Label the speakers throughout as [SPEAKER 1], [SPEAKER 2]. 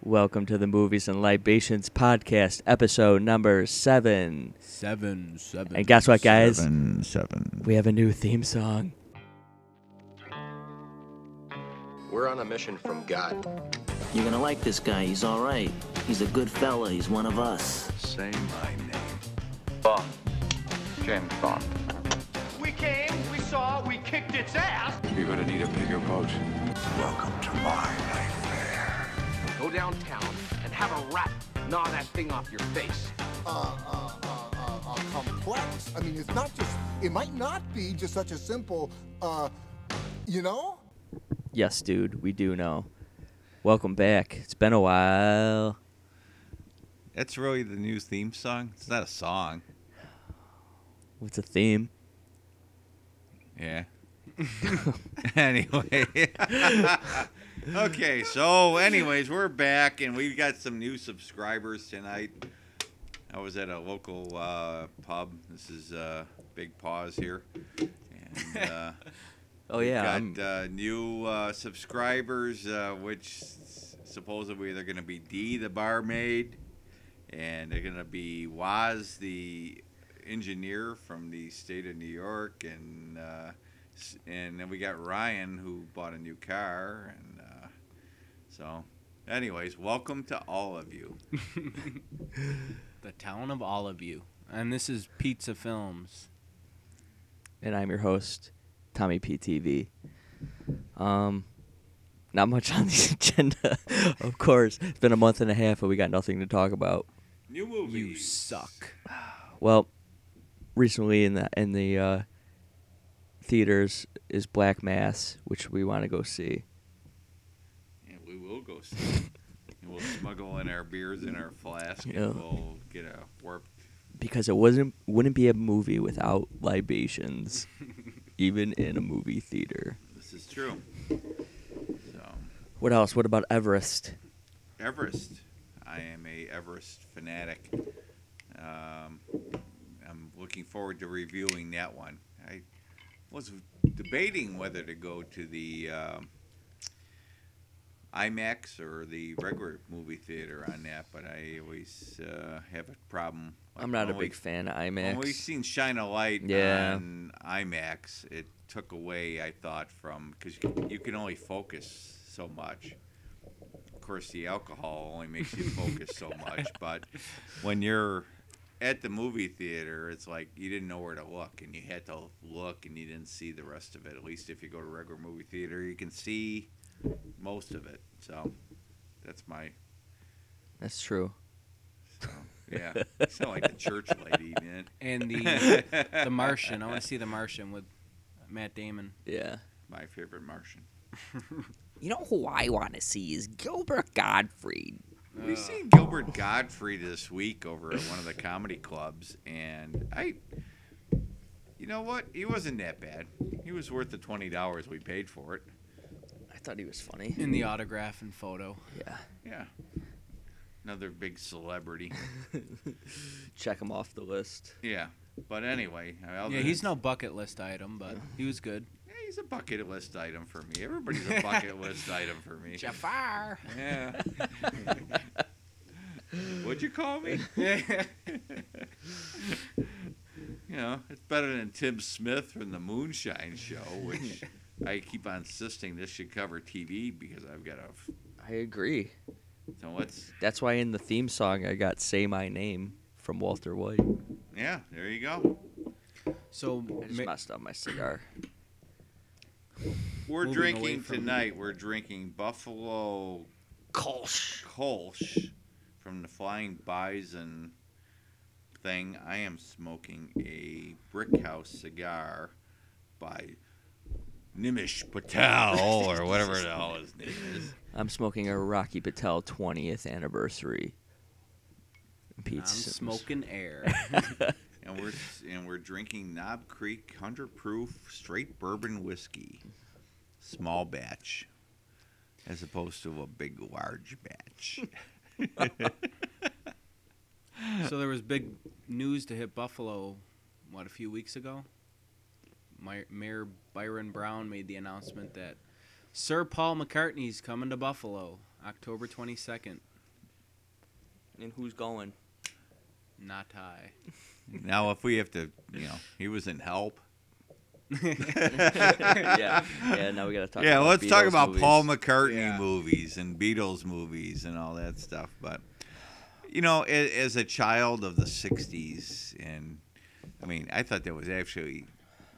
[SPEAKER 1] Welcome to the Movies and Libations Podcast, episode number seven.
[SPEAKER 2] Seven, seven.
[SPEAKER 1] And guess what, guys?
[SPEAKER 3] Seven, seven.
[SPEAKER 1] We have a new theme song.
[SPEAKER 4] We're on a mission from God.
[SPEAKER 5] You're gonna like this guy. He's all right. He's a good fella. He's one of us.
[SPEAKER 6] Say my name.
[SPEAKER 7] Bond. James Bond.
[SPEAKER 8] We came, we saw, we kicked its ass.
[SPEAKER 6] You're gonna need a bigger boat. Welcome to my nightmare.
[SPEAKER 9] Go downtown and have a rat gnaw that thing off your face.
[SPEAKER 10] Uh, uh, uh, uh, complex. I mean, it's not just. It might not be just such a simple. Uh, you know.
[SPEAKER 1] Yes, dude, we do know. Welcome back. It's been a while.
[SPEAKER 3] That's really the new theme song. It's not a song.
[SPEAKER 1] What's a theme?
[SPEAKER 3] Yeah. anyway. okay, so anyways, we're back and we've got some new subscribers tonight. I was at a local uh, pub. This is uh, Big Paws here. And uh,
[SPEAKER 1] Oh
[SPEAKER 3] we've
[SPEAKER 1] yeah,
[SPEAKER 3] got
[SPEAKER 1] I'm-
[SPEAKER 3] uh, new uh, subscribers, uh, which s- supposedly they're going to be Dee the barmaid, and they're going to be Waz the engineer from the state of New York, and uh, s- and then we got Ryan who bought a new car, and uh, so. Anyways, welcome to all of you.
[SPEAKER 2] The town of all of you. And this is Pizza Films.
[SPEAKER 1] and I'm your host, Tommy PTV. Um, not much on the agenda, of course. It's been a month and a half, and we got nothing to talk about.
[SPEAKER 3] New movies.
[SPEAKER 2] You suck.
[SPEAKER 1] Well, recently in the in the uh, theaters is Black Mass, which we want to go see.
[SPEAKER 3] And we will go see. it. and we'll smuggle in our beers in our flask, and
[SPEAKER 1] Yeah.
[SPEAKER 3] we'll get a warped
[SPEAKER 1] because it wasn't wouldn't be a movie without libations, even in a movie theater.
[SPEAKER 3] This is true. So,
[SPEAKER 1] What else? What about Everest?
[SPEAKER 3] Everest. I am a Everest fanatic. Um, I'm looking forward to reviewing that one. I was debating whether to go to the um IMAX or the regular movie theater on that, but I always uh, have a problem.
[SPEAKER 1] I'm not a
[SPEAKER 3] Only-
[SPEAKER 1] big fan of
[SPEAKER 3] When we
[SPEAKER 1] IMAX.
[SPEAKER 3] seen Shine a Light
[SPEAKER 1] Yeah.
[SPEAKER 3] on IMAX, it took away, I thought, from because you can only focus so much. Of course, the alcohol only makes you focus so much, but when you're at the movie theater, it's like you didn't know where to look, and you had to look, and you didn't see the rest of it. At least if you go to regular movie theater, you can see most of it. So that's my
[SPEAKER 1] That's true.
[SPEAKER 3] yeah. It's sound like the church lady, man.
[SPEAKER 2] And the the Martian. I want to see the Martian with Matt Damon.
[SPEAKER 1] Yeah.
[SPEAKER 3] My favorite Martian.
[SPEAKER 11] You know who I want to see is Gilbert Gottfried.
[SPEAKER 3] We seen Gilbert Godfrey this week over at one of the comedy clubs, and I, you know what? He wasn't that bad. He was worth the twenty dollars we paid for it.
[SPEAKER 1] I thought he was funny.
[SPEAKER 2] In the autograph and photo.
[SPEAKER 1] Yeah.
[SPEAKER 3] Yeah, another big celebrity.
[SPEAKER 1] Check him off the list.
[SPEAKER 3] Yeah, but anyway, I mean, other
[SPEAKER 2] Yeah, he's
[SPEAKER 3] than-
[SPEAKER 2] no bucket list item, but he was good.
[SPEAKER 3] Yeah, he's a bucket list item for me. Everybody's a bucket list item for me.
[SPEAKER 2] Jafar.
[SPEAKER 3] Yeah. What'd you call me? you know, it's better than Tim Smith from the Moonshine Show, which I keep on insisting this should cover TV because I've got a.
[SPEAKER 1] I agree.
[SPEAKER 3] So let's.
[SPEAKER 1] That's why in the theme song I got "Say My Name" from Walter White.
[SPEAKER 3] Yeah, there you go.
[SPEAKER 2] So
[SPEAKER 1] I just
[SPEAKER 2] ma-
[SPEAKER 1] messed up my cigar.
[SPEAKER 3] We're
[SPEAKER 2] Moving away
[SPEAKER 3] drinking
[SPEAKER 2] from-
[SPEAKER 3] tonight. We're drinking Buffalo
[SPEAKER 11] Kolsch.
[SPEAKER 3] Kolsch from the Flying Bison thing. I am smoking a Brick House cigar by Nimish Patel or whatever the hell his name is.
[SPEAKER 1] I'm smoking a Rocky Patel 20th anniversary.
[SPEAKER 2] I'm
[SPEAKER 1] Pizza.
[SPEAKER 2] smoking air.
[SPEAKER 3] And we're and we're drinking Knob Creek 100 proof straight bourbon whiskey, small batch, as opposed to a big large batch.
[SPEAKER 2] so there was big news to hit Buffalo, what a few weeks ago. My- Mayor Byron Brown made the announcement that Sir Paul McCartney's coming to Buffalo October 22nd
[SPEAKER 1] and who's going.
[SPEAKER 2] Not I.
[SPEAKER 3] Now, if we have to, you know, he was in Help.
[SPEAKER 1] yeah, yeah. Now we gotta talk.
[SPEAKER 3] yeah,
[SPEAKER 1] about
[SPEAKER 3] let's talk
[SPEAKER 1] Beatles
[SPEAKER 3] about
[SPEAKER 1] movies.
[SPEAKER 3] Paul McCartney
[SPEAKER 2] Yeah.
[SPEAKER 3] movies and Beatles movies and all that stuff. But you know, a- as a child of the '60s, and I mean, I thought that was actually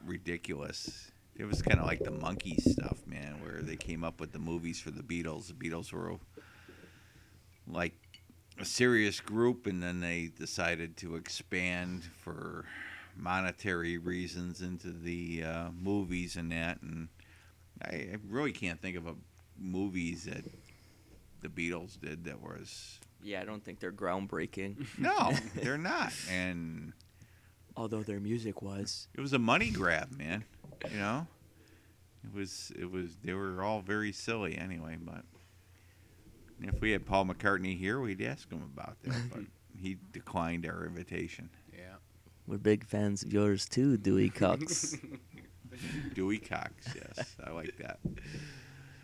[SPEAKER 3] ridiculous. It was kind of like the monkey stuff, man, where they came up with the movies for the Beatles. The Beatles were like a serious group, and then they decided to expand for monetary reasons into the uh, movies and that. And I, I really can't think of a movies that the Beatles did that was
[SPEAKER 1] Yeah, I don't think they're groundbreaking,
[SPEAKER 3] no, they're not. And
[SPEAKER 1] although their music was.
[SPEAKER 3] it was a money grab, man. You know, it was it was they were all very silly anyway. But if we had Paul McCartney here, we'd ask him about that, but he declined our invitation.
[SPEAKER 2] Yeah.
[SPEAKER 1] We're big fans of yours too, Dewey Cox.
[SPEAKER 3] Dewey Cox, yes, I like that.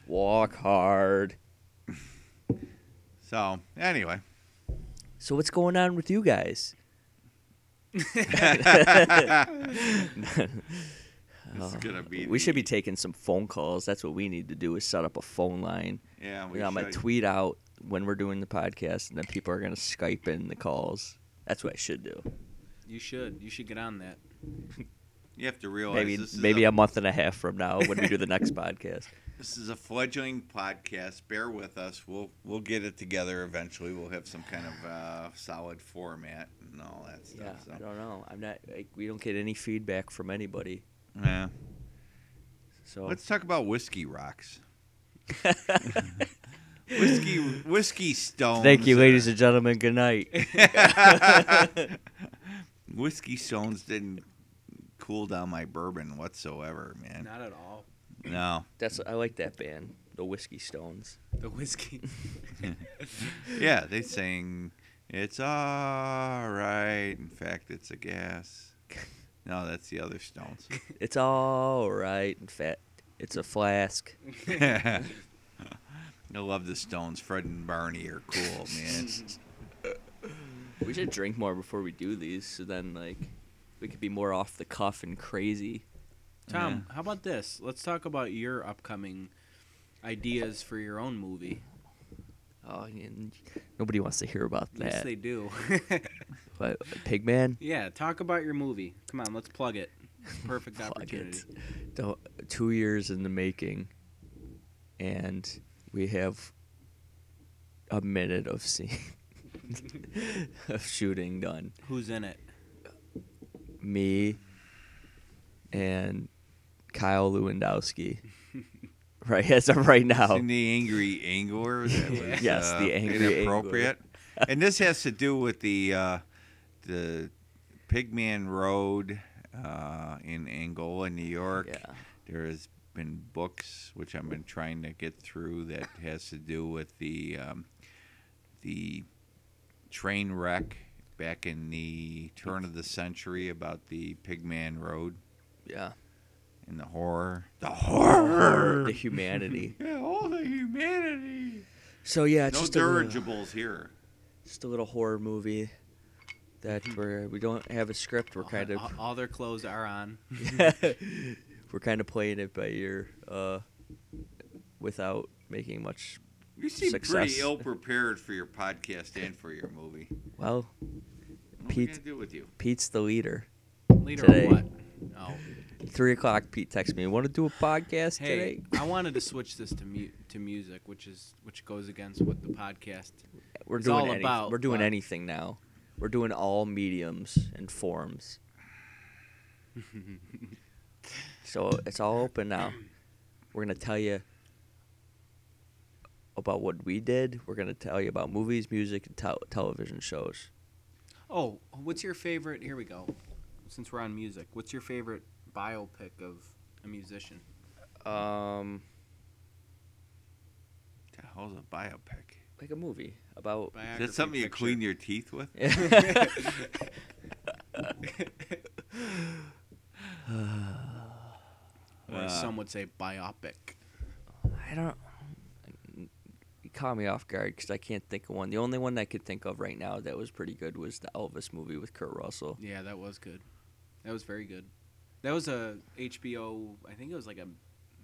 [SPEAKER 1] Walk hard.
[SPEAKER 3] So anyway,
[SPEAKER 1] So what's going on with you guys?
[SPEAKER 3] this is gonna be.
[SPEAKER 1] We should be
[SPEAKER 3] the-
[SPEAKER 1] taking some phone calls. That's what we need to do is set up a phone line.
[SPEAKER 3] Yeah, we
[SPEAKER 1] And I'm gonna
[SPEAKER 3] should.
[SPEAKER 1] tweet out when we're doing the podcast, and then people are gonna Skype in the calls. That's what I should do.
[SPEAKER 2] You should. You should get on that.
[SPEAKER 3] You have to realize
[SPEAKER 1] Maybe
[SPEAKER 3] this is
[SPEAKER 1] maybe
[SPEAKER 3] a,
[SPEAKER 1] a month and a half from now when we do the next podcast.
[SPEAKER 3] This is a fledgling podcast. Bear with us. We'll we'll get it together eventually. We'll have some kind of uh, solid format and all that
[SPEAKER 1] Yeah,
[SPEAKER 3] stuff.
[SPEAKER 1] I
[SPEAKER 3] so.
[SPEAKER 1] don't know. I'm not. Like, we don't get any feedback from anybody.
[SPEAKER 3] yeah.
[SPEAKER 1] So
[SPEAKER 3] Let's talk about whiskey rocks. whiskey whiskey stones.
[SPEAKER 1] thank you,
[SPEAKER 3] are-
[SPEAKER 1] ladies and gentlemen. Good night.
[SPEAKER 3] whiskey stones didn't cool down my bourbon whatsoever, man.
[SPEAKER 2] Not at all.
[SPEAKER 3] No.
[SPEAKER 1] That's I like that band, the Whiskey Stones.
[SPEAKER 2] The whiskey.
[SPEAKER 3] Yeah, they sang it's all right. In fact, it's a gas. No, that's the other stones.
[SPEAKER 1] It's all right. In fact, it's a flask.
[SPEAKER 3] I love the Stones. Fred and Barney are cool, man.
[SPEAKER 1] We should drink more before we do these, so then like we could be more off the cuff and crazy.
[SPEAKER 2] Tom, how about this? Let's talk about your upcoming ideas for your own movie.
[SPEAKER 1] Oh, and nobody wants to hear about that.
[SPEAKER 2] Yes, they do.
[SPEAKER 1] But Pigman,
[SPEAKER 2] yeah, talk about your movie. Come on, let's plug it. Perfect
[SPEAKER 1] fuck
[SPEAKER 2] opportunity.
[SPEAKER 1] it. The- two years in the making, and we have a minute of scene of shooting done.
[SPEAKER 2] Who's in it?
[SPEAKER 1] me and Kyle Lewandowski. right as of right now.
[SPEAKER 3] And the angry angler. That was,
[SPEAKER 1] Yes,
[SPEAKER 3] uh,
[SPEAKER 1] the angry angler.
[SPEAKER 3] inappropriate. and this has to do with the uh, the Pigman Road uh, in Angola, New York.
[SPEAKER 1] Yeah.
[SPEAKER 3] There has been books which I've been trying to get through that has to do with the um, the train wreck back in the turn of the century about the Pigman Road
[SPEAKER 1] Yeah.
[SPEAKER 3] and the horror. The horror.
[SPEAKER 1] The humanity.
[SPEAKER 3] Yeah, all the humanity.
[SPEAKER 1] So yeah, it's
[SPEAKER 3] No
[SPEAKER 1] just a little,
[SPEAKER 3] dirigibles here.
[SPEAKER 1] just a little horror movie that we're we don't have a script. We're kind of
[SPEAKER 2] all, all their clothes are on.
[SPEAKER 1] we're kind of playing it by ear, uh, without making much.
[SPEAKER 3] You seem
[SPEAKER 1] Success.
[SPEAKER 3] pretty ill prepared for your podcast and for your movie.
[SPEAKER 1] Well,
[SPEAKER 3] What
[SPEAKER 1] Pete-
[SPEAKER 3] are we gonna do with you?
[SPEAKER 1] Pete's the leader.
[SPEAKER 2] Later
[SPEAKER 1] Today.
[SPEAKER 2] or what? Oh,
[SPEAKER 1] Three o'clock. Pete texts me. Want to do a podcast
[SPEAKER 2] hey,
[SPEAKER 1] today?
[SPEAKER 2] I wanted to switch this to mu- to music, which is which goes against what the podcast.
[SPEAKER 1] We're
[SPEAKER 2] It's
[SPEAKER 1] doing
[SPEAKER 2] all
[SPEAKER 1] anyth-
[SPEAKER 2] about,
[SPEAKER 1] we're doing
[SPEAKER 2] but-
[SPEAKER 1] anything now. We're doing all mediums and forms. so it's all open now. We're gonna tell you about what we did. We're gonna tell you about movies, music, and tel- television shows.
[SPEAKER 2] Oh, what's your favorite? Here we go. Since we're on music, what's your favorite biopic of a musician?
[SPEAKER 1] Um,
[SPEAKER 3] The hell's a biopic?
[SPEAKER 1] like a movie about
[SPEAKER 3] Is
[SPEAKER 2] Biography
[SPEAKER 3] that something you
[SPEAKER 2] picture.
[SPEAKER 3] clean your teeth with?
[SPEAKER 2] Or as some would say biopic.
[SPEAKER 1] I don't. caught me off guard because I can't think of one. The only one I could think of right now that was pretty good was the Elvis movie with Kurt Russell.
[SPEAKER 2] Yeah, that was good. That was very good. That was a HBO. I think it was like a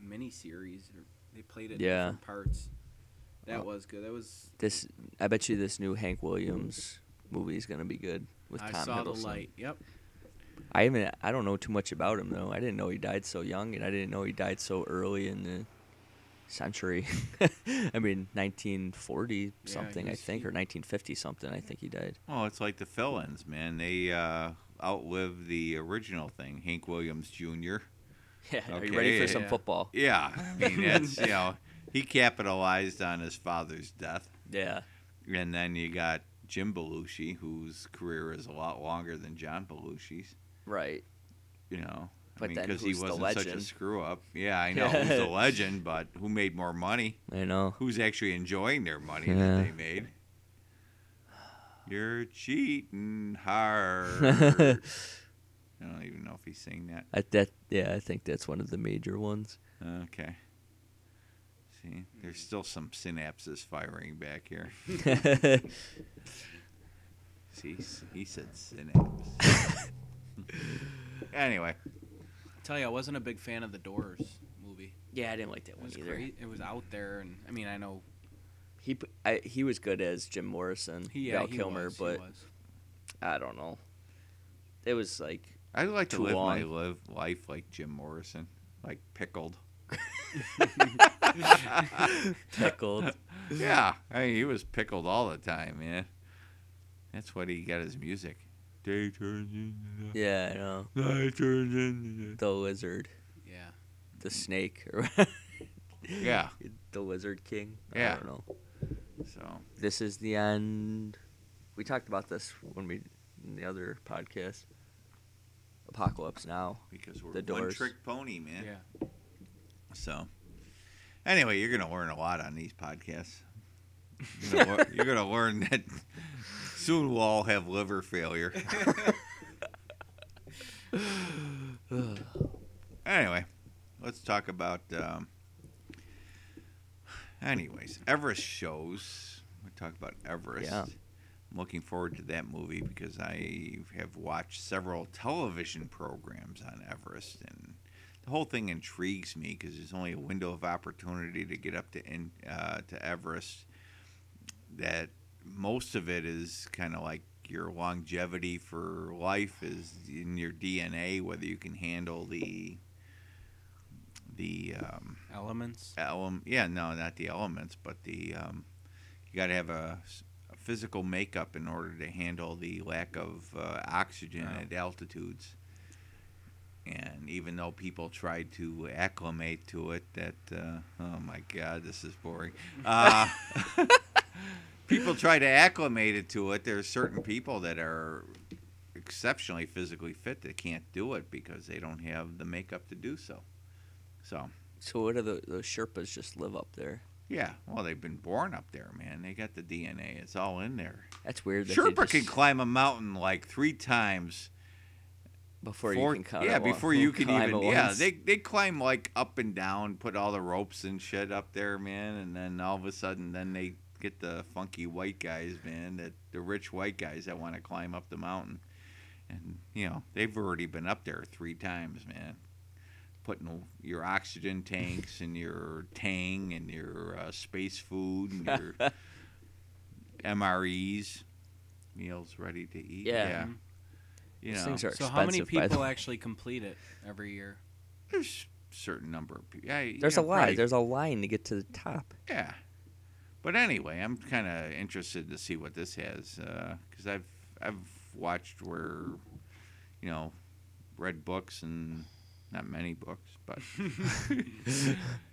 [SPEAKER 2] mini series. Or they played it
[SPEAKER 1] Yeah.
[SPEAKER 2] in different parts. That
[SPEAKER 1] Oh.
[SPEAKER 2] was good. That was.
[SPEAKER 1] This, I bet you, this new Hank Williams movie is gonna be good with
[SPEAKER 2] I
[SPEAKER 1] Tom
[SPEAKER 2] saw
[SPEAKER 1] Hiddleston.
[SPEAKER 2] the light. Yep.
[SPEAKER 1] I even I don't know too much about him though. I didn't know he died so young, and I didn't know he died so early in the century. I mean, 1940
[SPEAKER 3] Yeah,
[SPEAKER 1] something, I
[SPEAKER 3] he's-
[SPEAKER 1] think, or 1950 something. I think he died.
[SPEAKER 3] Well, Oh, it's like the fill-ins, man. They uh, outlive the original thing, Hank Williams Jr.
[SPEAKER 1] Yeah, are you ready for some
[SPEAKER 3] yeah.
[SPEAKER 1] football?
[SPEAKER 3] Yeah, I mean that's you know he capitalized on his father's death.
[SPEAKER 1] Yeah,
[SPEAKER 3] and then you got Jim Belushi, whose career is a lot longer than John Belushi's.
[SPEAKER 1] Right.
[SPEAKER 3] You know,
[SPEAKER 1] But
[SPEAKER 3] I mean,
[SPEAKER 1] then
[SPEAKER 3] because he
[SPEAKER 1] who's the
[SPEAKER 3] wasn't such a
[SPEAKER 1] legend?
[SPEAKER 3] screw up. Yeah, I know who's the legend, but who made more money?
[SPEAKER 1] I know.
[SPEAKER 3] Who's actually enjoying their money
[SPEAKER 1] Yeah.
[SPEAKER 3] that they made? You're cheating hard. I don't even know if he's saying that.
[SPEAKER 1] I, that yeah, I think that's one of the major ones.
[SPEAKER 3] Okay. See, there's still some synapses firing back here. See, s- he said synapse. anyway,
[SPEAKER 2] tell you, I wasn't a big fan of the Doors movie.
[SPEAKER 1] Yeah, I didn't like that
[SPEAKER 2] It
[SPEAKER 1] one
[SPEAKER 2] was
[SPEAKER 1] either.
[SPEAKER 2] cra- it was out there, and I mean, I know
[SPEAKER 1] He p I he was good as Jim Morrison,
[SPEAKER 2] He- yeah,
[SPEAKER 1] Val
[SPEAKER 2] he
[SPEAKER 1] Kilmer,
[SPEAKER 2] was, he
[SPEAKER 1] but
[SPEAKER 2] was.
[SPEAKER 1] I don't know. It was like
[SPEAKER 3] I'd like to
[SPEAKER 1] Too
[SPEAKER 3] live my
[SPEAKER 1] long.
[SPEAKER 3] live life like Jim Morrison, like pickled.
[SPEAKER 1] Pickled.
[SPEAKER 3] yeah, I mean, he was pickled all the time, man. That's what he got his music. Day turns into
[SPEAKER 1] yeah, I know.
[SPEAKER 3] Night turns into
[SPEAKER 1] The lizard.
[SPEAKER 2] Yeah.
[SPEAKER 1] The snake. or-
[SPEAKER 3] Yeah.
[SPEAKER 1] The lizard king. I
[SPEAKER 3] Yeah.
[SPEAKER 1] don't know.
[SPEAKER 3] So
[SPEAKER 1] This is the end. We talked about this when we in the other podcast. Apocalypse now.
[SPEAKER 3] because we're
[SPEAKER 1] the
[SPEAKER 3] one
[SPEAKER 1] doors.
[SPEAKER 3] trick pony, man. Yeah. So, anyway, you're gonna learn a lot on these podcasts. You're gonna, lear- you're gonna learn that soon we'll all have liver failure. anyway, let's talk about. Um, anyways, Everest shows. We talk about Everest.
[SPEAKER 1] Yeah.
[SPEAKER 3] I'm looking forward to that movie because I have watched several television programs on Everest, and the whole thing intrigues me because there's only a window of opportunity to get up to in, uh, to Everest. That most of it is kind of like your longevity for life is in your DNA, whether you can handle the the um,
[SPEAKER 2] elements.
[SPEAKER 3] Elem- yeah, no, not the elements, but the um, you got to have a, s- a physical makeup in order to handle the lack of uh, oxygen
[SPEAKER 2] Yeah.
[SPEAKER 3] at altitudes. And even though people tried to acclimate to it, that uh, oh my god, this is boring. Uh, people try to acclimate it to it. There are certain people that are exceptionally physically fit that can't do it because they don't have the makeup to do so. So.
[SPEAKER 1] So what are the those Sherpas just live up there?
[SPEAKER 3] Yeah, well, they've been born up there, man. They got the DNA. It's all in there.
[SPEAKER 1] That's weird. that they
[SPEAKER 3] Sherpa can
[SPEAKER 1] just-
[SPEAKER 3] climb a mountain like three times
[SPEAKER 1] before
[SPEAKER 3] four-
[SPEAKER 1] you can count.
[SPEAKER 3] Yeah,
[SPEAKER 1] it wa-
[SPEAKER 3] before you can
[SPEAKER 1] climb
[SPEAKER 3] even.
[SPEAKER 1] it
[SPEAKER 3] Yeah,
[SPEAKER 1] once.
[SPEAKER 3] they they climb like up and down, put all the ropes and shit up there, man, and then all of a sudden, then they get the funky white guys, man, that the rich white guys that want to climb up the mountain, and you know they've already been up there three times, man. Putting your oxygen tanks and your Tang and your uh, space food and your MREs, meals ready to eat.
[SPEAKER 1] Yeah.
[SPEAKER 3] yeah.
[SPEAKER 1] Mhm.
[SPEAKER 3] You
[SPEAKER 1] Those
[SPEAKER 3] know,
[SPEAKER 1] things are
[SPEAKER 2] So how many
[SPEAKER 1] expensive, by the
[SPEAKER 2] people
[SPEAKER 1] way.
[SPEAKER 2] actually complete it every year?
[SPEAKER 3] there's certain number of people. Yeah,
[SPEAKER 1] There's a
[SPEAKER 3] yeah,
[SPEAKER 1] line.
[SPEAKER 3] probably-
[SPEAKER 1] There's a line to get to the top.
[SPEAKER 3] yeah. But anyway, I'm kind of interested to see what this has because I've I've watched where, you know, read books and not many books, but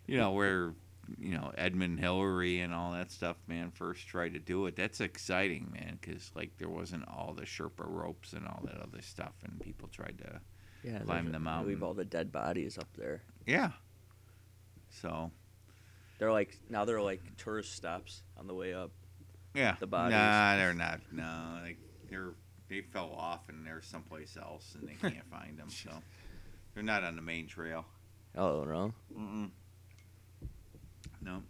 [SPEAKER 3] you know where you know Edmund Hillary and all that stuff, man, first tried to do it. That's exciting, man, because like there wasn't all the Sherpa ropes and all that other stuff, and people tried to
[SPEAKER 1] Yeah,
[SPEAKER 3] climb the mountain.
[SPEAKER 1] Leave all the dead bodies up there.
[SPEAKER 3] Yeah. So
[SPEAKER 1] They're like now they're like tourist stops on the way up.
[SPEAKER 3] yeah,
[SPEAKER 1] The bodies.
[SPEAKER 3] Nah, they're not. No, like they're they fell off and they're someplace else and they can't find them. So they're not on the main trail.
[SPEAKER 1] Oh no.
[SPEAKER 3] Mm-mm. No.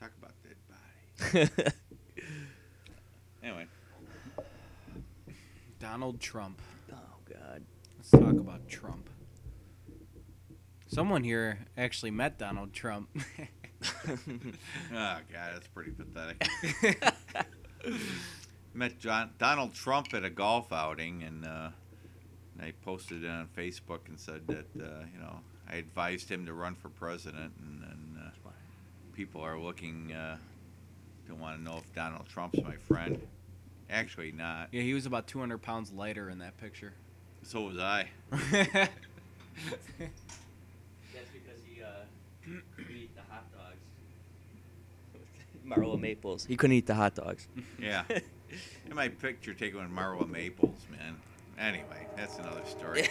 [SPEAKER 3] talk about dead bodies.
[SPEAKER 1] Oh,
[SPEAKER 3] anyway,
[SPEAKER 2] Donald Trump.
[SPEAKER 1] Oh God.
[SPEAKER 2] Let's talk about Trump. Someone here actually met Donald Trump.
[SPEAKER 3] oh God, that's pretty pathetic. Met John Donald Trump at a golf outing, and uh, I posted it on Facebook and said that uh, you know I advised him to run for president, and, and uh, people are looking uh, to want to know if Donald Trump's my friend. Actually, not.
[SPEAKER 2] yeah, he was about 200 pounds lighter in that picture.
[SPEAKER 3] So was I.
[SPEAKER 1] That's because he uh, couldn't eat the hot dogs. Marla Maples. He couldn't eat the hot dogs.
[SPEAKER 3] Yeah. and my picture taken with Marla Maples, man. Anyway, that's another story.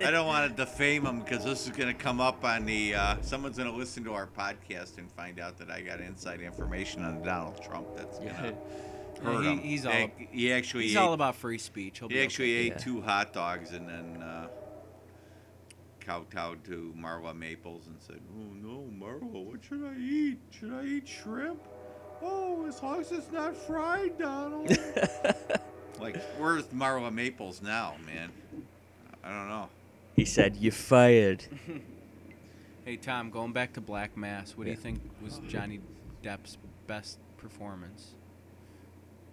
[SPEAKER 3] I don't want to defame him because this is going to come up on the. Uh, someone's going to listen to our podcast and find out that I got inside information on Donald Trump. That's going to hurt
[SPEAKER 2] Yeah,
[SPEAKER 3] him.
[SPEAKER 2] he- he's all
[SPEAKER 3] Ac-
[SPEAKER 2] ab-
[SPEAKER 3] he actually
[SPEAKER 2] he's
[SPEAKER 3] ate,
[SPEAKER 2] all about free speech. He'll
[SPEAKER 3] He
[SPEAKER 2] be
[SPEAKER 3] actually
[SPEAKER 2] okay.
[SPEAKER 3] ate two hot dogs and then uh, kowtowed to Marla Maples and said, "Oh no, Marla, what should I eat? Should I eat shrimp? Oh, as long as it's not fried, Donald." like, where's Marla Maples now, man? I don't know.
[SPEAKER 1] He said, "You fired."
[SPEAKER 2] Hey Tom, going back to Black Mass, what do you
[SPEAKER 1] Yeah.
[SPEAKER 2] think was Johnny Depp's best performance?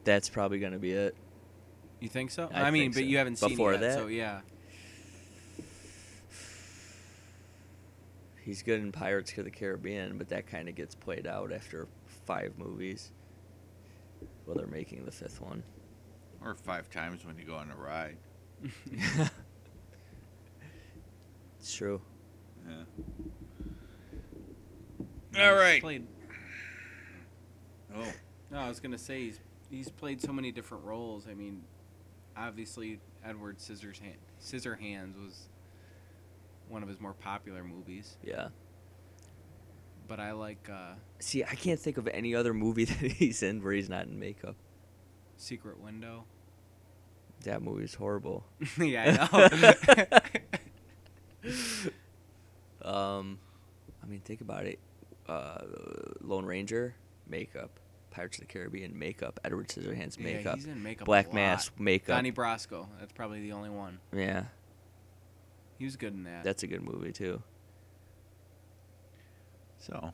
[SPEAKER 1] That's probably gonna be it.
[SPEAKER 2] You think so?
[SPEAKER 1] I
[SPEAKER 2] I, mean,
[SPEAKER 1] think
[SPEAKER 2] but
[SPEAKER 1] so.
[SPEAKER 2] you haven't seen it
[SPEAKER 1] Before
[SPEAKER 2] yet,
[SPEAKER 1] that?
[SPEAKER 2] so yeah.
[SPEAKER 1] He's good in Pirates of the Caribbean, but that kind of gets played out after five movies. Well, they're making the fifth one.
[SPEAKER 3] Or five times when you go on a ride.
[SPEAKER 1] It's true.
[SPEAKER 3] Yeah.
[SPEAKER 2] All
[SPEAKER 3] right.
[SPEAKER 2] Played,
[SPEAKER 3] Oh,
[SPEAKER 2] no, I was gonna say he's he's played so many different roles. I mean, obviously Edward Scissors Scissorhands was one of his more popular movies,
[SPEAKER 1] Yeah.
[SPEAKER 2] but I like uh,
[SPEAKER 1] See, I can't think of any other movie that he's in where he's not in makeup.
[SPEAKER 2] Secret Window.
[SPEAKER 1] That movie is horrible.
[SPEAKER 2] yeah, I know.
[SPEAKER 1] Um, I mean, think about it. Uh, Lone Ranger makeup, Pirates of the Caribbean makeup, Edward Scissorhands
[SPEAKER 2] Yeah,
[SPEAKER 1] makeup,
[SPEAKER 2] he's in makeup a
[SPEAKER 1] Black
[SPEAKER 2] lot.
[SPEAKER 1] Mass makeup.
[SPEAKER 2] Donnie Brasco. That's probably the only one.
[SPEAKER 1] yeah,
[SPEAKER 2] He was good in that.
[SPEAKER 1] that's a good movie too.
[SPEAKER 3] so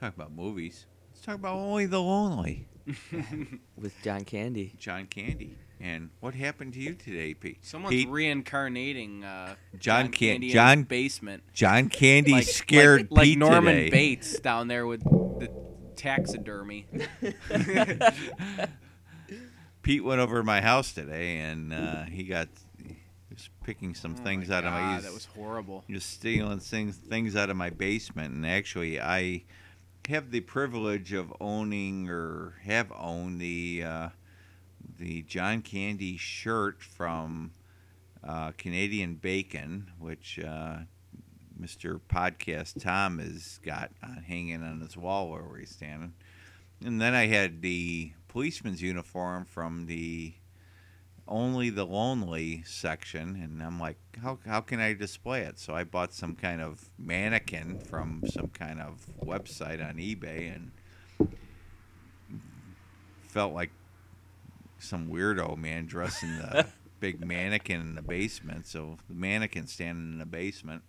[SPEAKER 3] talk about movies. Let's talk about only the lonely.
[SPEAKER 1] With John Candy.
[SPEAKER 3] John Candy. And what happened to you today, Pete?
[SPEAKER 2] Someone's
[SPEAKER 3] Pete,
[SPEAKER 2] reincarnating uh,
[SPEAKER 3] John Can-
[SPEAKER 2] Candy in
[SPEAKER 3] John-
[SPEAKER 2] his basement.
[SPEAKER 3] John Candy scared
[SPEAKER 2] like,
[SPEAKER 3] Pete
[SPEAKER 2] Norman
[SPEAKER 3] today.
[SPEAKER 2] Bates down there with the taxidermy.
[SPEAKER 3] Pete went over to my house today, and uh, he got he was picking some
[SPEAKER 2] Oh
[SPEAKER 3] things
[SPEAKER 2] my
[SPEAKER 3] out of my.
[SPEAKER 2] God,
[SPEAKER 3] he's-
[SPEAKER 2] that was horrible.
[SPEAKER 3] just stealing things things out of my basement and actually i have the privilege of owning or have owned the uh, the john candy shirt from uh, canadian bacon which uh, mr podcast tom has got on, hanging on his wall where he's standing and then i had the policeman's uniform from the only the lonely section and i'm like how, how can i display it so i bought some kind of mannequin from some kind of website on ebay and felt like some weirdo man dressing the big mannequin in the basement so the mannequin standing in the basement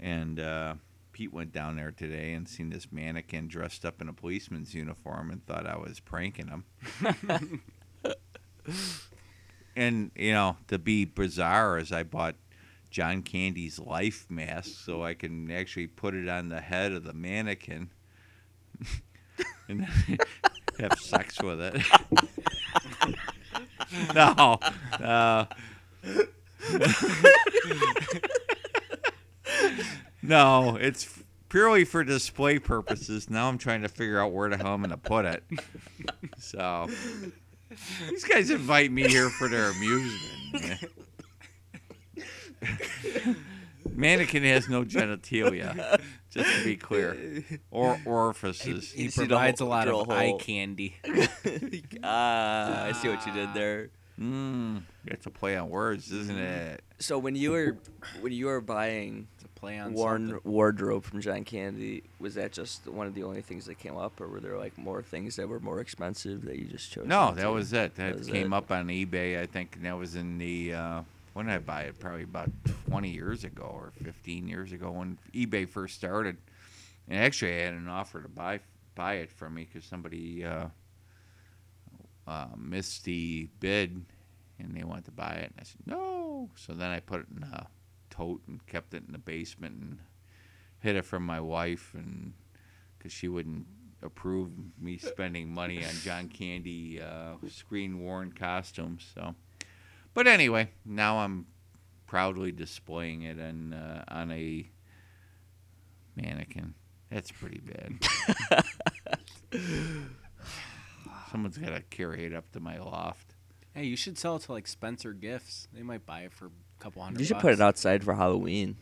[SPEAKER 3] and uh, pete went down there today and seen this mannequin dressed up in a policeman's uniform and thought i was pranking him and you know to be bizarre is i bought john candy's life mask so i can actually put it on the head of the mannequin and have sex with it no uh, no it's purely for display purposes now i'm trying to figure out where the hell i'm going to put it so these guys invite me here for their amusement. Mannequin has no genitalia, just to be clear, or orifices.
[SPEAKER 2] He
[SPEAKER 1] see the
[SPEAKER 2] provides a
[SPEAKER 1] whole-
[SPEAKER 2] lot
[SPEAKER 1] drill
[SPEAKER 2] of eye
[SPEAKER 1] hole.
[SPEAKER 2] candy.
[SPEAKER 1] Ah, I see what you did there. Mm-hmm.
[SPEAKER 3] Mm, it's a play on words, isn't it?
[SPEAKER 1] So when you were when you were buying
[SPEAKER 2] play on
[SPEAKER 1] Warren
[SPEAKER 2] something.
[SPEAKER 1] wardrobe from John Candy. Was that just one of the only things that came up, or were there like more things that were more expensive that you just chose?
[SPEAKER 3] No,
[SPEAKER 1] not
[SPEAKER 3] that
[SPEAKER 1] to-
[SPEAKER 3] was it. That
[SPEAKER 1] was
[SPEAKER 3] came
[SPEAKER 1] it?
[SPEAKER 3] up on eBay, I think, and that was in the uh, when did I buy it? Probably about 20 years ago or 15 years ago when eBay first started. And actually, I had an offer to buy buy it from me because somebody uh, uh, missed the bid and they wanted to buy it, and I said no. So then I put it in a tote and kept it in the basement and hid it from my wife and because she wouldn't approve me spending money on John Candy uh, screen worn costumes. So, but anyway, now I'm proudly displaying it on uh, on a mannequin. That's pretty bad. Someone's got to carry it up to my loft.
[SPEAKER 2] Hey, you should sell it to like Spencer Gifts. They might buy it for a couple hundred.
[SPEAKER 1] You should put it
[SPEAKER 2] bucks.
[SPEAKER 1] outside for Halloween.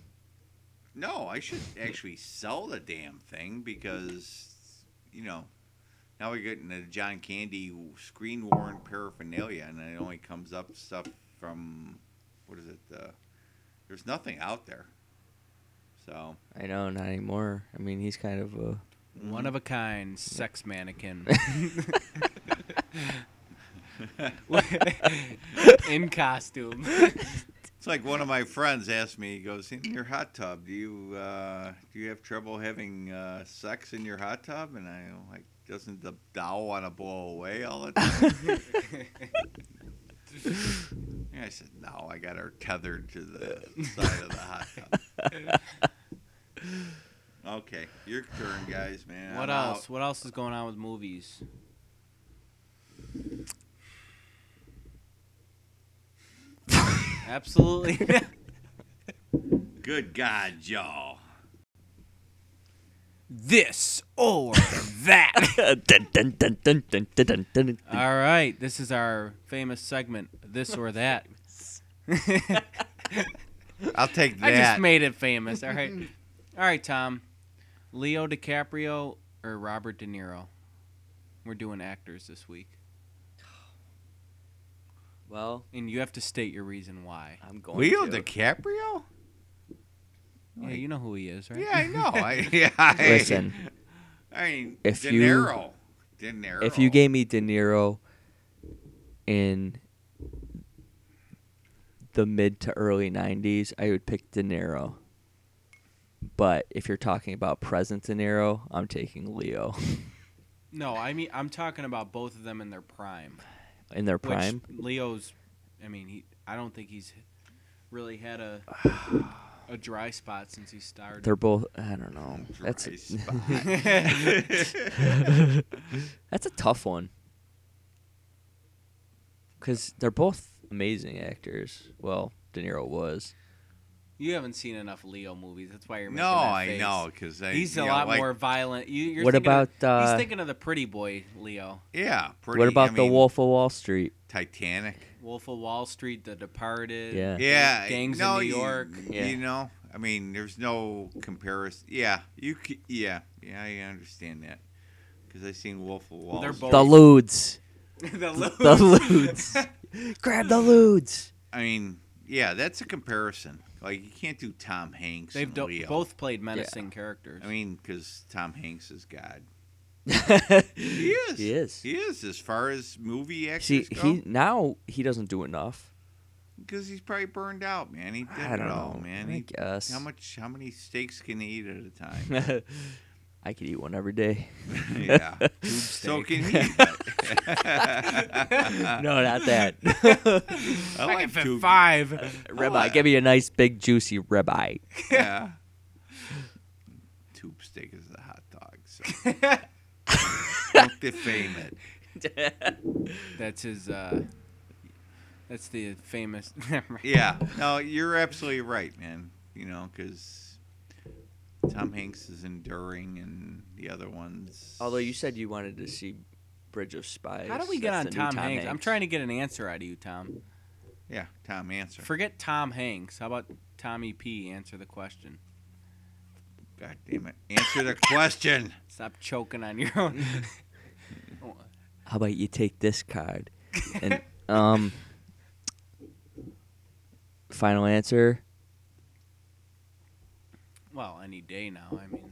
[SPEAKER 3] No, I should actually sell the damn thing because, you know, now we're getting the John Candy screen worn paraphernalia, and it only comes up stuff from, what is it? Uh, there's nothing out there. So,
[SPEAKER 1] I know, not anymore. I mean, he's kind of a.
[SPEAKER 2] One of a kind sex mannequin. In costume.
[SPEAKER 3] It's like one of my friends asked me. He goes, "In your hot tub, do you uh, do you have trouble having uh, sex in your hot tub?" And I am like, "Doesn't the doll want to blow away all the time?" And I said, "No, I got her tethered to the side of the hot tub." okay, your turn, guys, man.
[SPEAKER 2] What
[SPEAKER 3] I'm out.
[SPEAKER 2] else? What else is going on with movies? Absolutely.
[SPEAKER 3] Good God, y'all!
[SPEAKER 2] this or that.
[SPEAKER 1] Dun, dun, dun, dun, dun, dun, dun, dun.
[SPEAKER 2] All right, this is our famous segment, this or that.
[SPEAKER 3] I'll take that.
[SPEAKER 2] I just made it famous. All right, all right, Tom, Leo DiCaprio or Robert De Niro. We're doing actors this week,
[SPEAKER 1] Well,
[SPEAKER 2] and you have to state your reason why.
[SPEAKER 1] I'm going.
[SPEAKER 3] Leo
[SPEAKER 1] to.
[SPEAKER 3] DiCaprio.
[SPEAKER 2] Yeah, you know who he is, right?
[SPEAKER 3] Yeah, I know. I, yeah, I,
[SPEAKER 1] Listen,
[SPEAKER 3] I mean,
[SPEAKER 1] if
[SPEAKER 3] De
[SPEAKER 1] you-
[SPEAKER 3] Niro. De Niro.
[SPEAKER 1] if you gave me De Niro in the mid to early 90s, I would pick De Niro. But if you're talking about present De Niro, I'm taking Leo
[SPEAKER 2] No, I mean I'm talking about both of them in their prime.
[SPEAKER 1] in their prime.
[SPEAKER 2] Which Leo's, I mean, he. I don't think he's really had a a dry spot since he started.
[SPEAKER 1] They're both. I don't know. That's
[SPEAKER 3] Dry spot.
[SPEAKER 1] that's a tough one. Because they're both amazing actors. Well, De Niro was.
[SPEAKER 2] You haven't seen enough Leo movies. That's why you're making
[SPEAKER 3] no,
[SPEAKER 2] that
[SPEAKER 3] I
[SPEAKER 2] face.
[SPEAKER 3] know because
[SPEAKER 2] He's
[SPEAKER 3] you
[SPEAKER 2] a
[SPEAKER 3] know,
[SPEAKER 2] lot
[SPEAKER 3] like-
[SPEAKER 2] more violent. You, you're
[SPEAKER 1] What
[SPEAKER 2] thinking of-
[SPEAKER 1] about, uh,
[SPEAKER 2] he's thinking of the pretty boy Leo,
[SPEAKER 3] Yeah. Pretty,
[SPEAKER 1] what about
[SPEAKER 3] I
[SPEAKER 1] The
[SPEAKER 3] mean,
[SPEAKER 1] Wolf of Wall Street?
[SPEAKER 3] Titanic.
[SPEAKER 2] Wolf of Wall Street, The Departed.
[SPEAKER 1] Yeah.
[SPEAKER 3] Yeah.
[SPEAKER 2] Gangs in
[SPEAKER 3] no,
[SPEAKER 2] New
[SPEAKER 3] you-
[SPEAKER 2] York.
[SPEAKER 1] Yeah.
[SPEAKER 3] You know, I mean, there's no comparison. Yeah, you. c- Yeah, yeah, I understand that because I seen Wolf of Wall.
[SPEAKER 2] They're
[SPEAKER 3] Street.
[SPEAKER 1] The
[SPEAKER 2] both-
[SPEAKER 1] Ludes.
[SPEAKER 2] the
[SPEAKER 1] The
[SPEAKER 2] Leo.
[SPEAKER 1] Ludes. Grab the Ludes.
[SPEAKER 3] I mean, yeah, that's a comparison. Like you can't do Tom Hanks.
[SPEAKER 2] They've
[SPEAKER 3] and
[SPEAKER 2] do-
[SPEAKER 3] Leo.
[SPEAKER 2] both played menacing characters.
[SPEAKER 3] I mean, because Tom Hanks is God. He
[SPEAKER 1] he
[SPEAKER 3] is.
[SPEAKER 1] He is.
[SPEAKER 3] He is. As far as movie actors
[SPEAKER 1] See,
[SPEAKER 3] go,
[SPEAKER 1] he now he doesn't do enough.
[SPEAKER 3] Because he's probably burned out, man. He did
[SPEAKER 1] I don't
[SPEAKER 3] it all,
[SPEAKER 1] know,
[SPEAKER 3] man.
[SPEAKER 1] I
[SPEAKER 3] he,
[SPEAKER 1] guess.
[SPEAKER 3] How much? How many steaks can he eat at a time?
[SPEAKER 1] I could eat one every day.
[SPEAKER 3] yeah. So can he?
[SPEAKER 1] no,
[SPEAKER 3] Uh,
[SPEAKER 1] not that.
[SPEAKER 3] I
[SPEAKER 2] I can
[SPEAKER 3] like
[SPEAKER 2] fit
[SPEAKER 3] tube.
[SPEAKER 2] five.
[SPEAKER 1] Uh, ribeye. Give me a nice big juicy ribeye.
[SPEAKER 3] Yeah. Tube steak is a hot dog. So. Don't defame it.
[SPEAKER 2] That's his. uh That's the famous.
[SPEAKER 3] Yeah. No, you're absolutely right, man. You know, because Tom Hanks is enduring, and the other ones.
[SPEAKER 1] Although you said you wanted to see Bridge of Spies.
[SPEAKER 2] How do we get on Tom, Hanks? I'm trying to get an answer out of you, Tom.
[SPEAKER 3] Yeah, Tom answer.
[SPEAKER 2] Forget Tom Hanks. How about Tommy P? Answer the question.
[SPEAKER 3] God damn it! Answer the question.
[SPEAKER 2] Stop choking on your own.
[SPEAKER 1] How about you take this card? And um, final answer.
[SPEAKER 2] Well, any day now. I mean,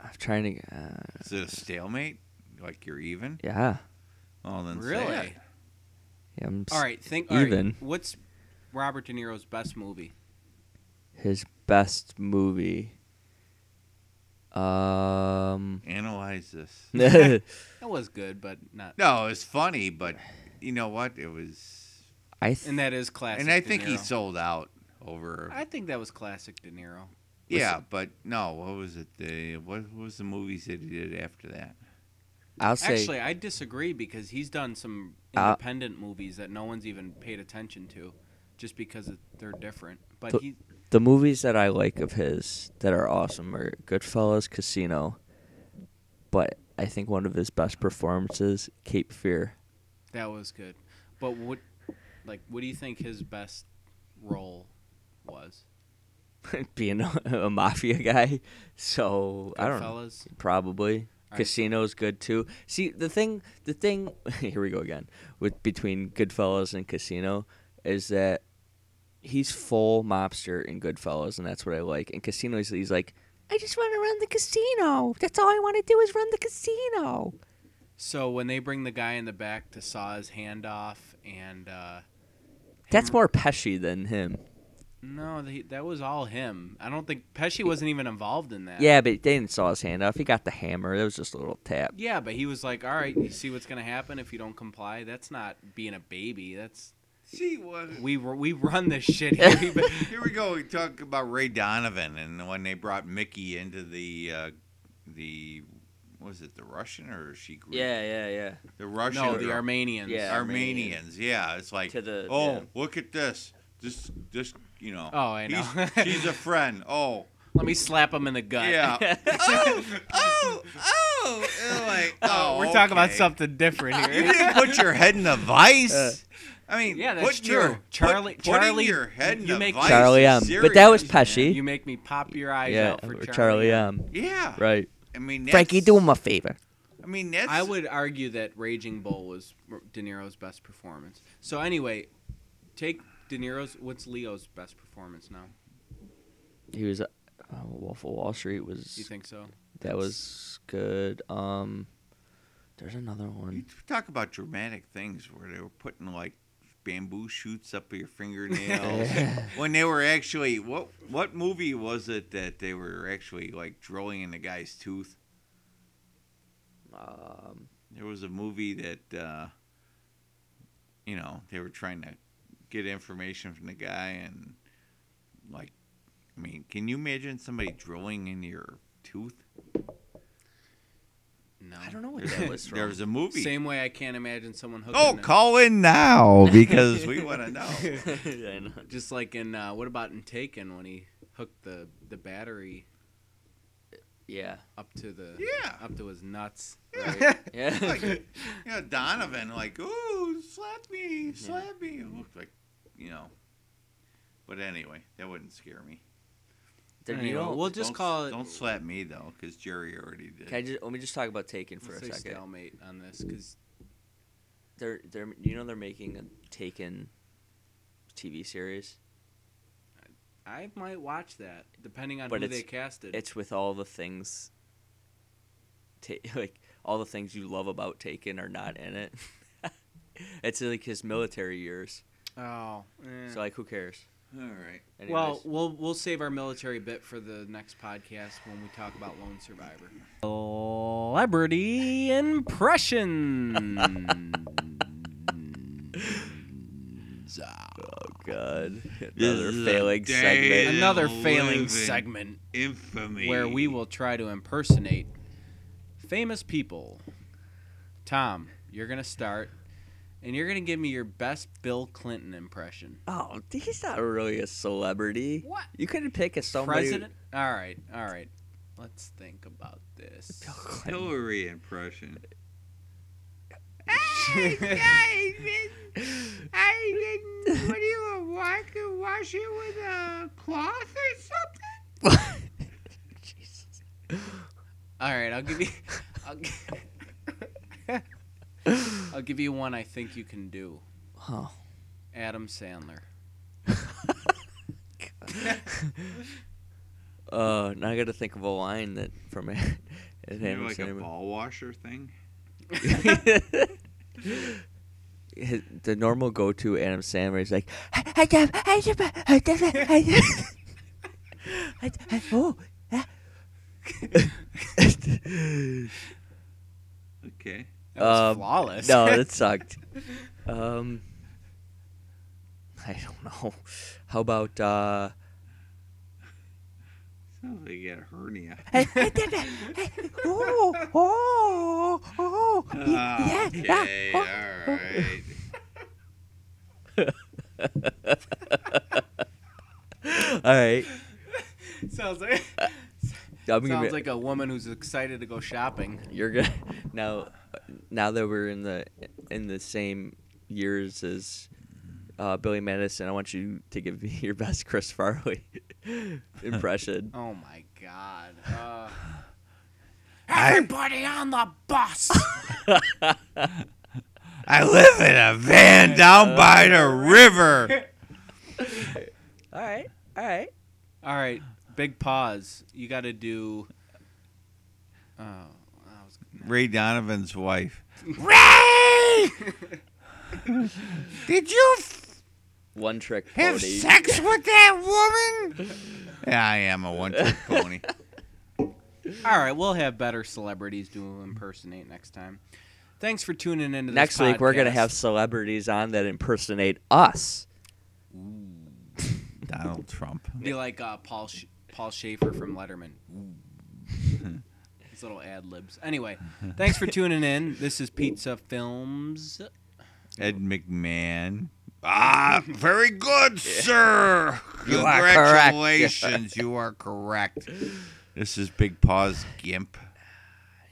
[SPEAKER 1] I'm trying to. Uh,
[SPEAKER 3] Is it a stalemate? Like you're even?
[SPEAKER 1] yeah.
[SPEAKER 3] Oh, then say
[SPEAKER 2] really?
[SPEAKER 3] it.
[SPEAKER 1] yeah I'm
[SPEAKER 2] All right. Think. all right,
[SPEAKER 1] even
[SPEAKER 2] what's Robert De Niro's best movie?
[SPEAKER 1] his best movie. Um.
[SPEAKER 3] Analyze this.
[SPEAKER 1] I
[SPEAKER 2] That was good, but not.
[SPEAKER 3] No, it's funny, but you know what? It was,
[SPEAKER 1] th-
[SPEAKER 2] And that is classic.
[SPEAKER 3] and I
[SPEAKER 2] De
[SPEAKER 3] think he
[SPEAKER 2] Niro.
[SPEAKER 3] sold out over.
[SPEAKER 2] I think that was classic De Niro.
[SPEAKER 3] yeah, but no. What was it? The what was the movies that he did after that?
[SPEAKER 1] I'll say
[SPEAKER 2] Actually, I disagree because he's done some
[SPEAKER 1] Uh,
[SPEAKER 2] independent movies that no one's even paid attention to, just because it- they're different. But
[SPEAKER 1] The-
[SPEAKER 2] he,
[SPEAKER 1] the movies that I like of his that are awesome are Goodfellas, Casino, but I think one of his best performances, Cape Fear.
[SPEAKER 2] that was good. But what, like, what do you think his best role was?
[SPEAKER 1] being a, a mafia guy. So I don't know.
[SPEAKER 2] Goodfellas?
[SPEAKER 1] Probably
[SPEAKER 2] right.
[SPEAKER 1] Casino's good too. See the thing, the thing. Here we go again with between Goodfellas and Casino is that he's full mobster in Goodfellas, and that's what I like. In Casino, he's, he's like,
[SPEAKER 11] I just want to run the casino. That's all I want to do is run the casino.
[SPEAKER 2] So when they bring the guy in the back to saw his hand off, and uh,
[SPEAKER 1] that's
[SPEAKER 2] Him-
[SPEAKER 1] more Pesci than him.
[SPEAKER 2] no, they, that was all him. I don't think Pesci wasn't even involved in that.
[SPEAKER 1] Yeah, but they didn't saw his hand off. He got the hammer. That was just a little tap.
[SPEAKER 2] Yeah, but he was like, "All right, you see what's gonna happen if you don't comply. That's not being a baby. That's
[SPEAKER 3] See what?
[SPEAKER 2] we ru- we run this shit here. We-
[SPEAKER 3] Here we go. We talk about Ray Donovan and when they brought Mickey into the uh, the was it the Russian or she Greek?
[SPEAKER 1] yeah, yeah.
[SPEAKER 3] The Russian.
[SPEAKER 2] no, the
[SPEAKER 3] girl.
[SPEAKER 2] Armenians.
[SPEAKER 1] Yeah.
[SPEAKER 3] Armenians. Yeah, it's like
[SPEAKER 1] To the-
[SPEAKER 3] oh,
[SPEAKER 1] yeah.
[SPEAKER 3] look at this. This this you know.
[SPEAKER 2] Oh, I know.
[SPEAKER 3] he's- She's a friend. Oh.
[SPEAKER 2] Let me slap him in the gut.
[SPEAKER 3] Yeah. oh, oh, oh. And like, oh,
[SPEAKER 2] We're talking about
[SPEAKER 3] okay.
[SPEAKER 2] something different
[SPEAKER 3] You
[SPEAKER 2] here.
[SPEAKER 3] didn't put your head in the vice.
[SPEAKER 1] Uh.
[SPEAKER 3] I mean,
[SPEAKER 2] Yeah, that's
[SPEAKER 3] put
[SPEAKER 2] true.
[SPEAKER 3] Your,
[SPEAKER 2] Charlie-
[SPEAKER 3] put, putting
[SPEAKER 2] Charlie-
[SPEAKER 3] your head in
[SPEAKER 2] you
[SPEAKER 3] the
[SPEAKER 2] make-
[SPEAKER 3] vice
[SPEAKER 1] Charlie M.
[SPEAKER 3] is
[SPEAKER 1] But that was
[SPEAKER 3] serious.
[SPEAKER 1] Pesci.
[SPEAKER 2] you make me pop your eyes
[SPEAKER 1] yeah,
[SPEAKER 2] out for
[SPEAKER 1] or
[SPEAKER 2] Charlie.
[SPEAKER 1] Charlie M.
[SPEAKER 3] Yeah.
[SPEAKER 1] Right.
[SPEAKER 3] I mean, that's,
[SPEAKER 11] Frankie, do him a favor.
[SPEAKER 3] I mean, that's.
[SPEAKER 2] I would argue that Raging Bull was R- De Niro's best performance. So anyway, take De Niro's. What's Leo's best performance now?
[SPEAKER 1] He was uh, Wolf of Wall Street
[SPEAKER 2] Do you
[SPEAKER 1] was
[SPEAKER 2] think so?
[SPEAKER 1] that was good. Um, there's another
[SPEAKER 3] You
[SPEAKER 1] one.
[SPEAKER 3] talk about dramatic things where they were putting like bamboo shoots up your fingernails when they were actually what what movie was it that they were actually like drilling in the guy's tooth
[SPEAKER 1] Um,
[SPEAKER 3] there was a movie that uh you know they were trying to get information from the guy and like i mean can you imagine somebody drilling in your tooth
[SPEAKER 2] No.
[SPEAKER 1] I don't know what that was from.
[SPEAKER 3] there was a movie
[SPEAKER 2] Same way I can't imagine someone hooking.
[SPEAKER 3] oh
[SPEAKER 2] it.
[SPEAKER 3] call in now because we want to know
[SPEAKER 1] I know.
[SPEAKER 2] Just like in uh, what about in Taken when he hooked the the battery
[SPEAKER 1] Yeah.
[SPEAKER 2] up to the
[SPEAKER 3] Yeah.
[SPEAKER 2] up to his nuts.
[SPEAKER 3] Yeah.
[SPEAKER 1] Yeah.
[SPEAKER 3] like, you know, Donovan, like, ooh, slap me, slap me. It looked like, you know. But anyway, that wouldn't scare me.
[SPEAKER 1] De
[SPEAKER 2] Anyway,
[SPEAKER 1] Niro-
[SPEAKER 2] we'll just
[SPEAKER 3] Don't-
[SPEAKER 2] call it.
[SPEAKER 3] Don't slap me though, because Jerry already did.
[SPEAKER 1] Can I just, let me just talk about Taken for
[SPEAKER 2] we'll
[SPEAKER 1] a
[SPEAKER 2] say
[SPEAKER 1] second.
[SPEAKER 2] stalemate on this because
[SPEAKER 1] They're they're you know they're making a Taken TV series.
[SPEAKER 2] I might watch that depending on
[SPEAKER 1] But
[SPEAKER 2] who
[SPEAKER 1] it's-
[SPEAKER 2] they casted.
[SPEAKER 1] It's with all the things. Ta- like all the things you love about Taken are not in it. it's like his military years.
[SPEAKER 2] oh, eh.
[SPEAKER 1] So like, who cares?
[SPEAKER 3] All right.
[SPEAKER 1] Anyways.
[SPEAKER 2] well, we'll we'll save our military bit for the next podcast when we talk about Lone Survivor. Celebrity impression.
[SPEAKER 1] Oh god.
[SPEAKER 3] This
[SPEAKER 1] Another
[SPEAKER 3] is a
[SPEAKER 1] failing
[SPEAKER 3] day.
[SPEAKER 1] segment.
[SPEAKER 2] Another
[SPEAKER 3] Living.
[SPEAKER 2] failing segment.
[SPEAKER 3] Infamy.
[SPEAKER 2] where we will try to impersonate famous people. Tom, you're gonna start, and you're gonna give me your best Bill Clinton impression.
[SPEAKER 1] Oh, he's not really a celebrity.
[SPEAKER 2] What?
[SPEAKER 1] You couldn't pick a somebody.
[SPEAKER 2] President? All right, all right. Let's think about this.
[SPEAKER 1] Oh,
[SPEAKER 3] Hillary impression. What do you want to wash it with a cloth or something?
[SPEAKER 2] All right, I'll give you. I'll, gi- I'll give you one I think you can do.
[SPEAKER 1] Oh.
[SPEAKER 2] Adam Sandler.
[SPEAKER 1] uh, now I got to think of a line that from it. it
[SPEAKER 3] Maybe like a ball washer thing.
[SPEAKER 1] the normal go-to Adam Sandler is like, oh,
[SPEAKER 3] okay.
[SPEAKER 2] That was
[SPEAKER 1] Um,
[SPEAKER 2] flawless.
[SPEAKER 1] No, that sucked. um, I don't know. How about uh,
[SPEAKER 3] Sounds like you got a hernia.
[SPEAKER 11] Oh, oh, oh.
[SPEAKER 3] Ah,
[SPEAKER 11] yeah, yeah,
[SPEAKER 3] okay,
[SPEAKER 11] oh,
[SPEAKER 3] all right.
[SPEAKER 1] all right?
[SPEAKER 2] Sounds like
[SPEAKER 1] I'm gonna
[SPEAKER 2] sounds
[SPEAKER 1] be-
[SPEAKER 2] like a woman who's excited to go shopping.
[SPEAKER 1] You're gonna now. Now that we're in the in the same years as uh, Billy Madison, I want you to give me your best Chris Farley impression.
[SPEAKER 2] Oh my god. Uh,
[SPEAKER 9] Everybody on the bus.
[SPEAKER 3] I live in a van down by the river.
[SPEAKER 1] All right, all right.
[SPEAKER 2] all right, big pause. You got to do. Oh, I was
[SPEAKER 3] Ray Donovan's wife.
[SPEAKER 9] Did you
[SPEAKER 1] One trick
[SPEAKER 9] have
[SPEAKER 1] pony.
[SPEAKER 9] sex with that woman?
[SPEAKER 3] Yeah, I am a one-trick pony.
[SPEAKER 2] All right, we'll have better celebrities to impersonate next time. Thanks for tuning in to this
[SPEAKER 1] Next week we're gonna
[SPEAKER 2] podcast.
[SPEAKER 1] have celebrities on that impersonate us.
[SPEAKER 3] Donald Trump.
[SPEAKER 2] be like uh, Paul Sh- Paul Schaefer from Letterman. His little ad libs. Anyway, thanks for tuning in. This is Pizza Films.
[SPEAKER 3] Ed McMahon. Ah, very good, sir.
[SPEAKER 1] You are correct.
[SPEAKER 3] Congratulations. you are correct. This is Big Paws Gimp.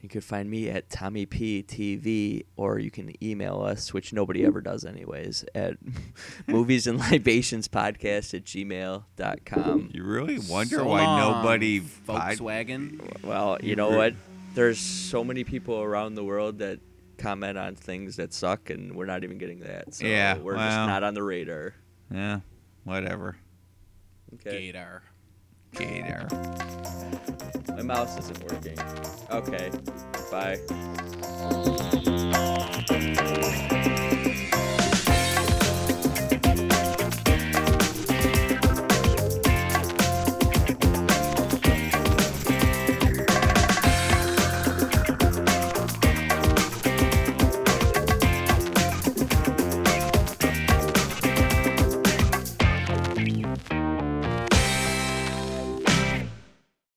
[SPEAKER 1] You can find me at Tommy P TV, or you can email us, which nobody ever does anyways, at movies and libations podcast at gmail.com.
[SPEAKER 3] You really wonder
[SPEAKER 2] So
[SPEAKER 3] why
[SPEAKER 2] long,
[SPEAKER 3] nobody pod-
[SPEAKER 2] Volkswagen.
[SPEAKER 1] Well, you know what? There's so many people around the world that comment on things that suck, and we're not even getting that. So
[SPEAKER 3] Yeah,
[SPEAKER 1] we're
[SPEAKER 3] well.
[SPEAKER 1] just not on the radar.
[SPEAKER 3] Yeah, whatever.
[SPEAKER 1] Okay.
[SPEAKER 2] Gator.
[SPEAKER 3] Gator.
[SPEAKER 1] My mouse isn't working. Okay. Bye.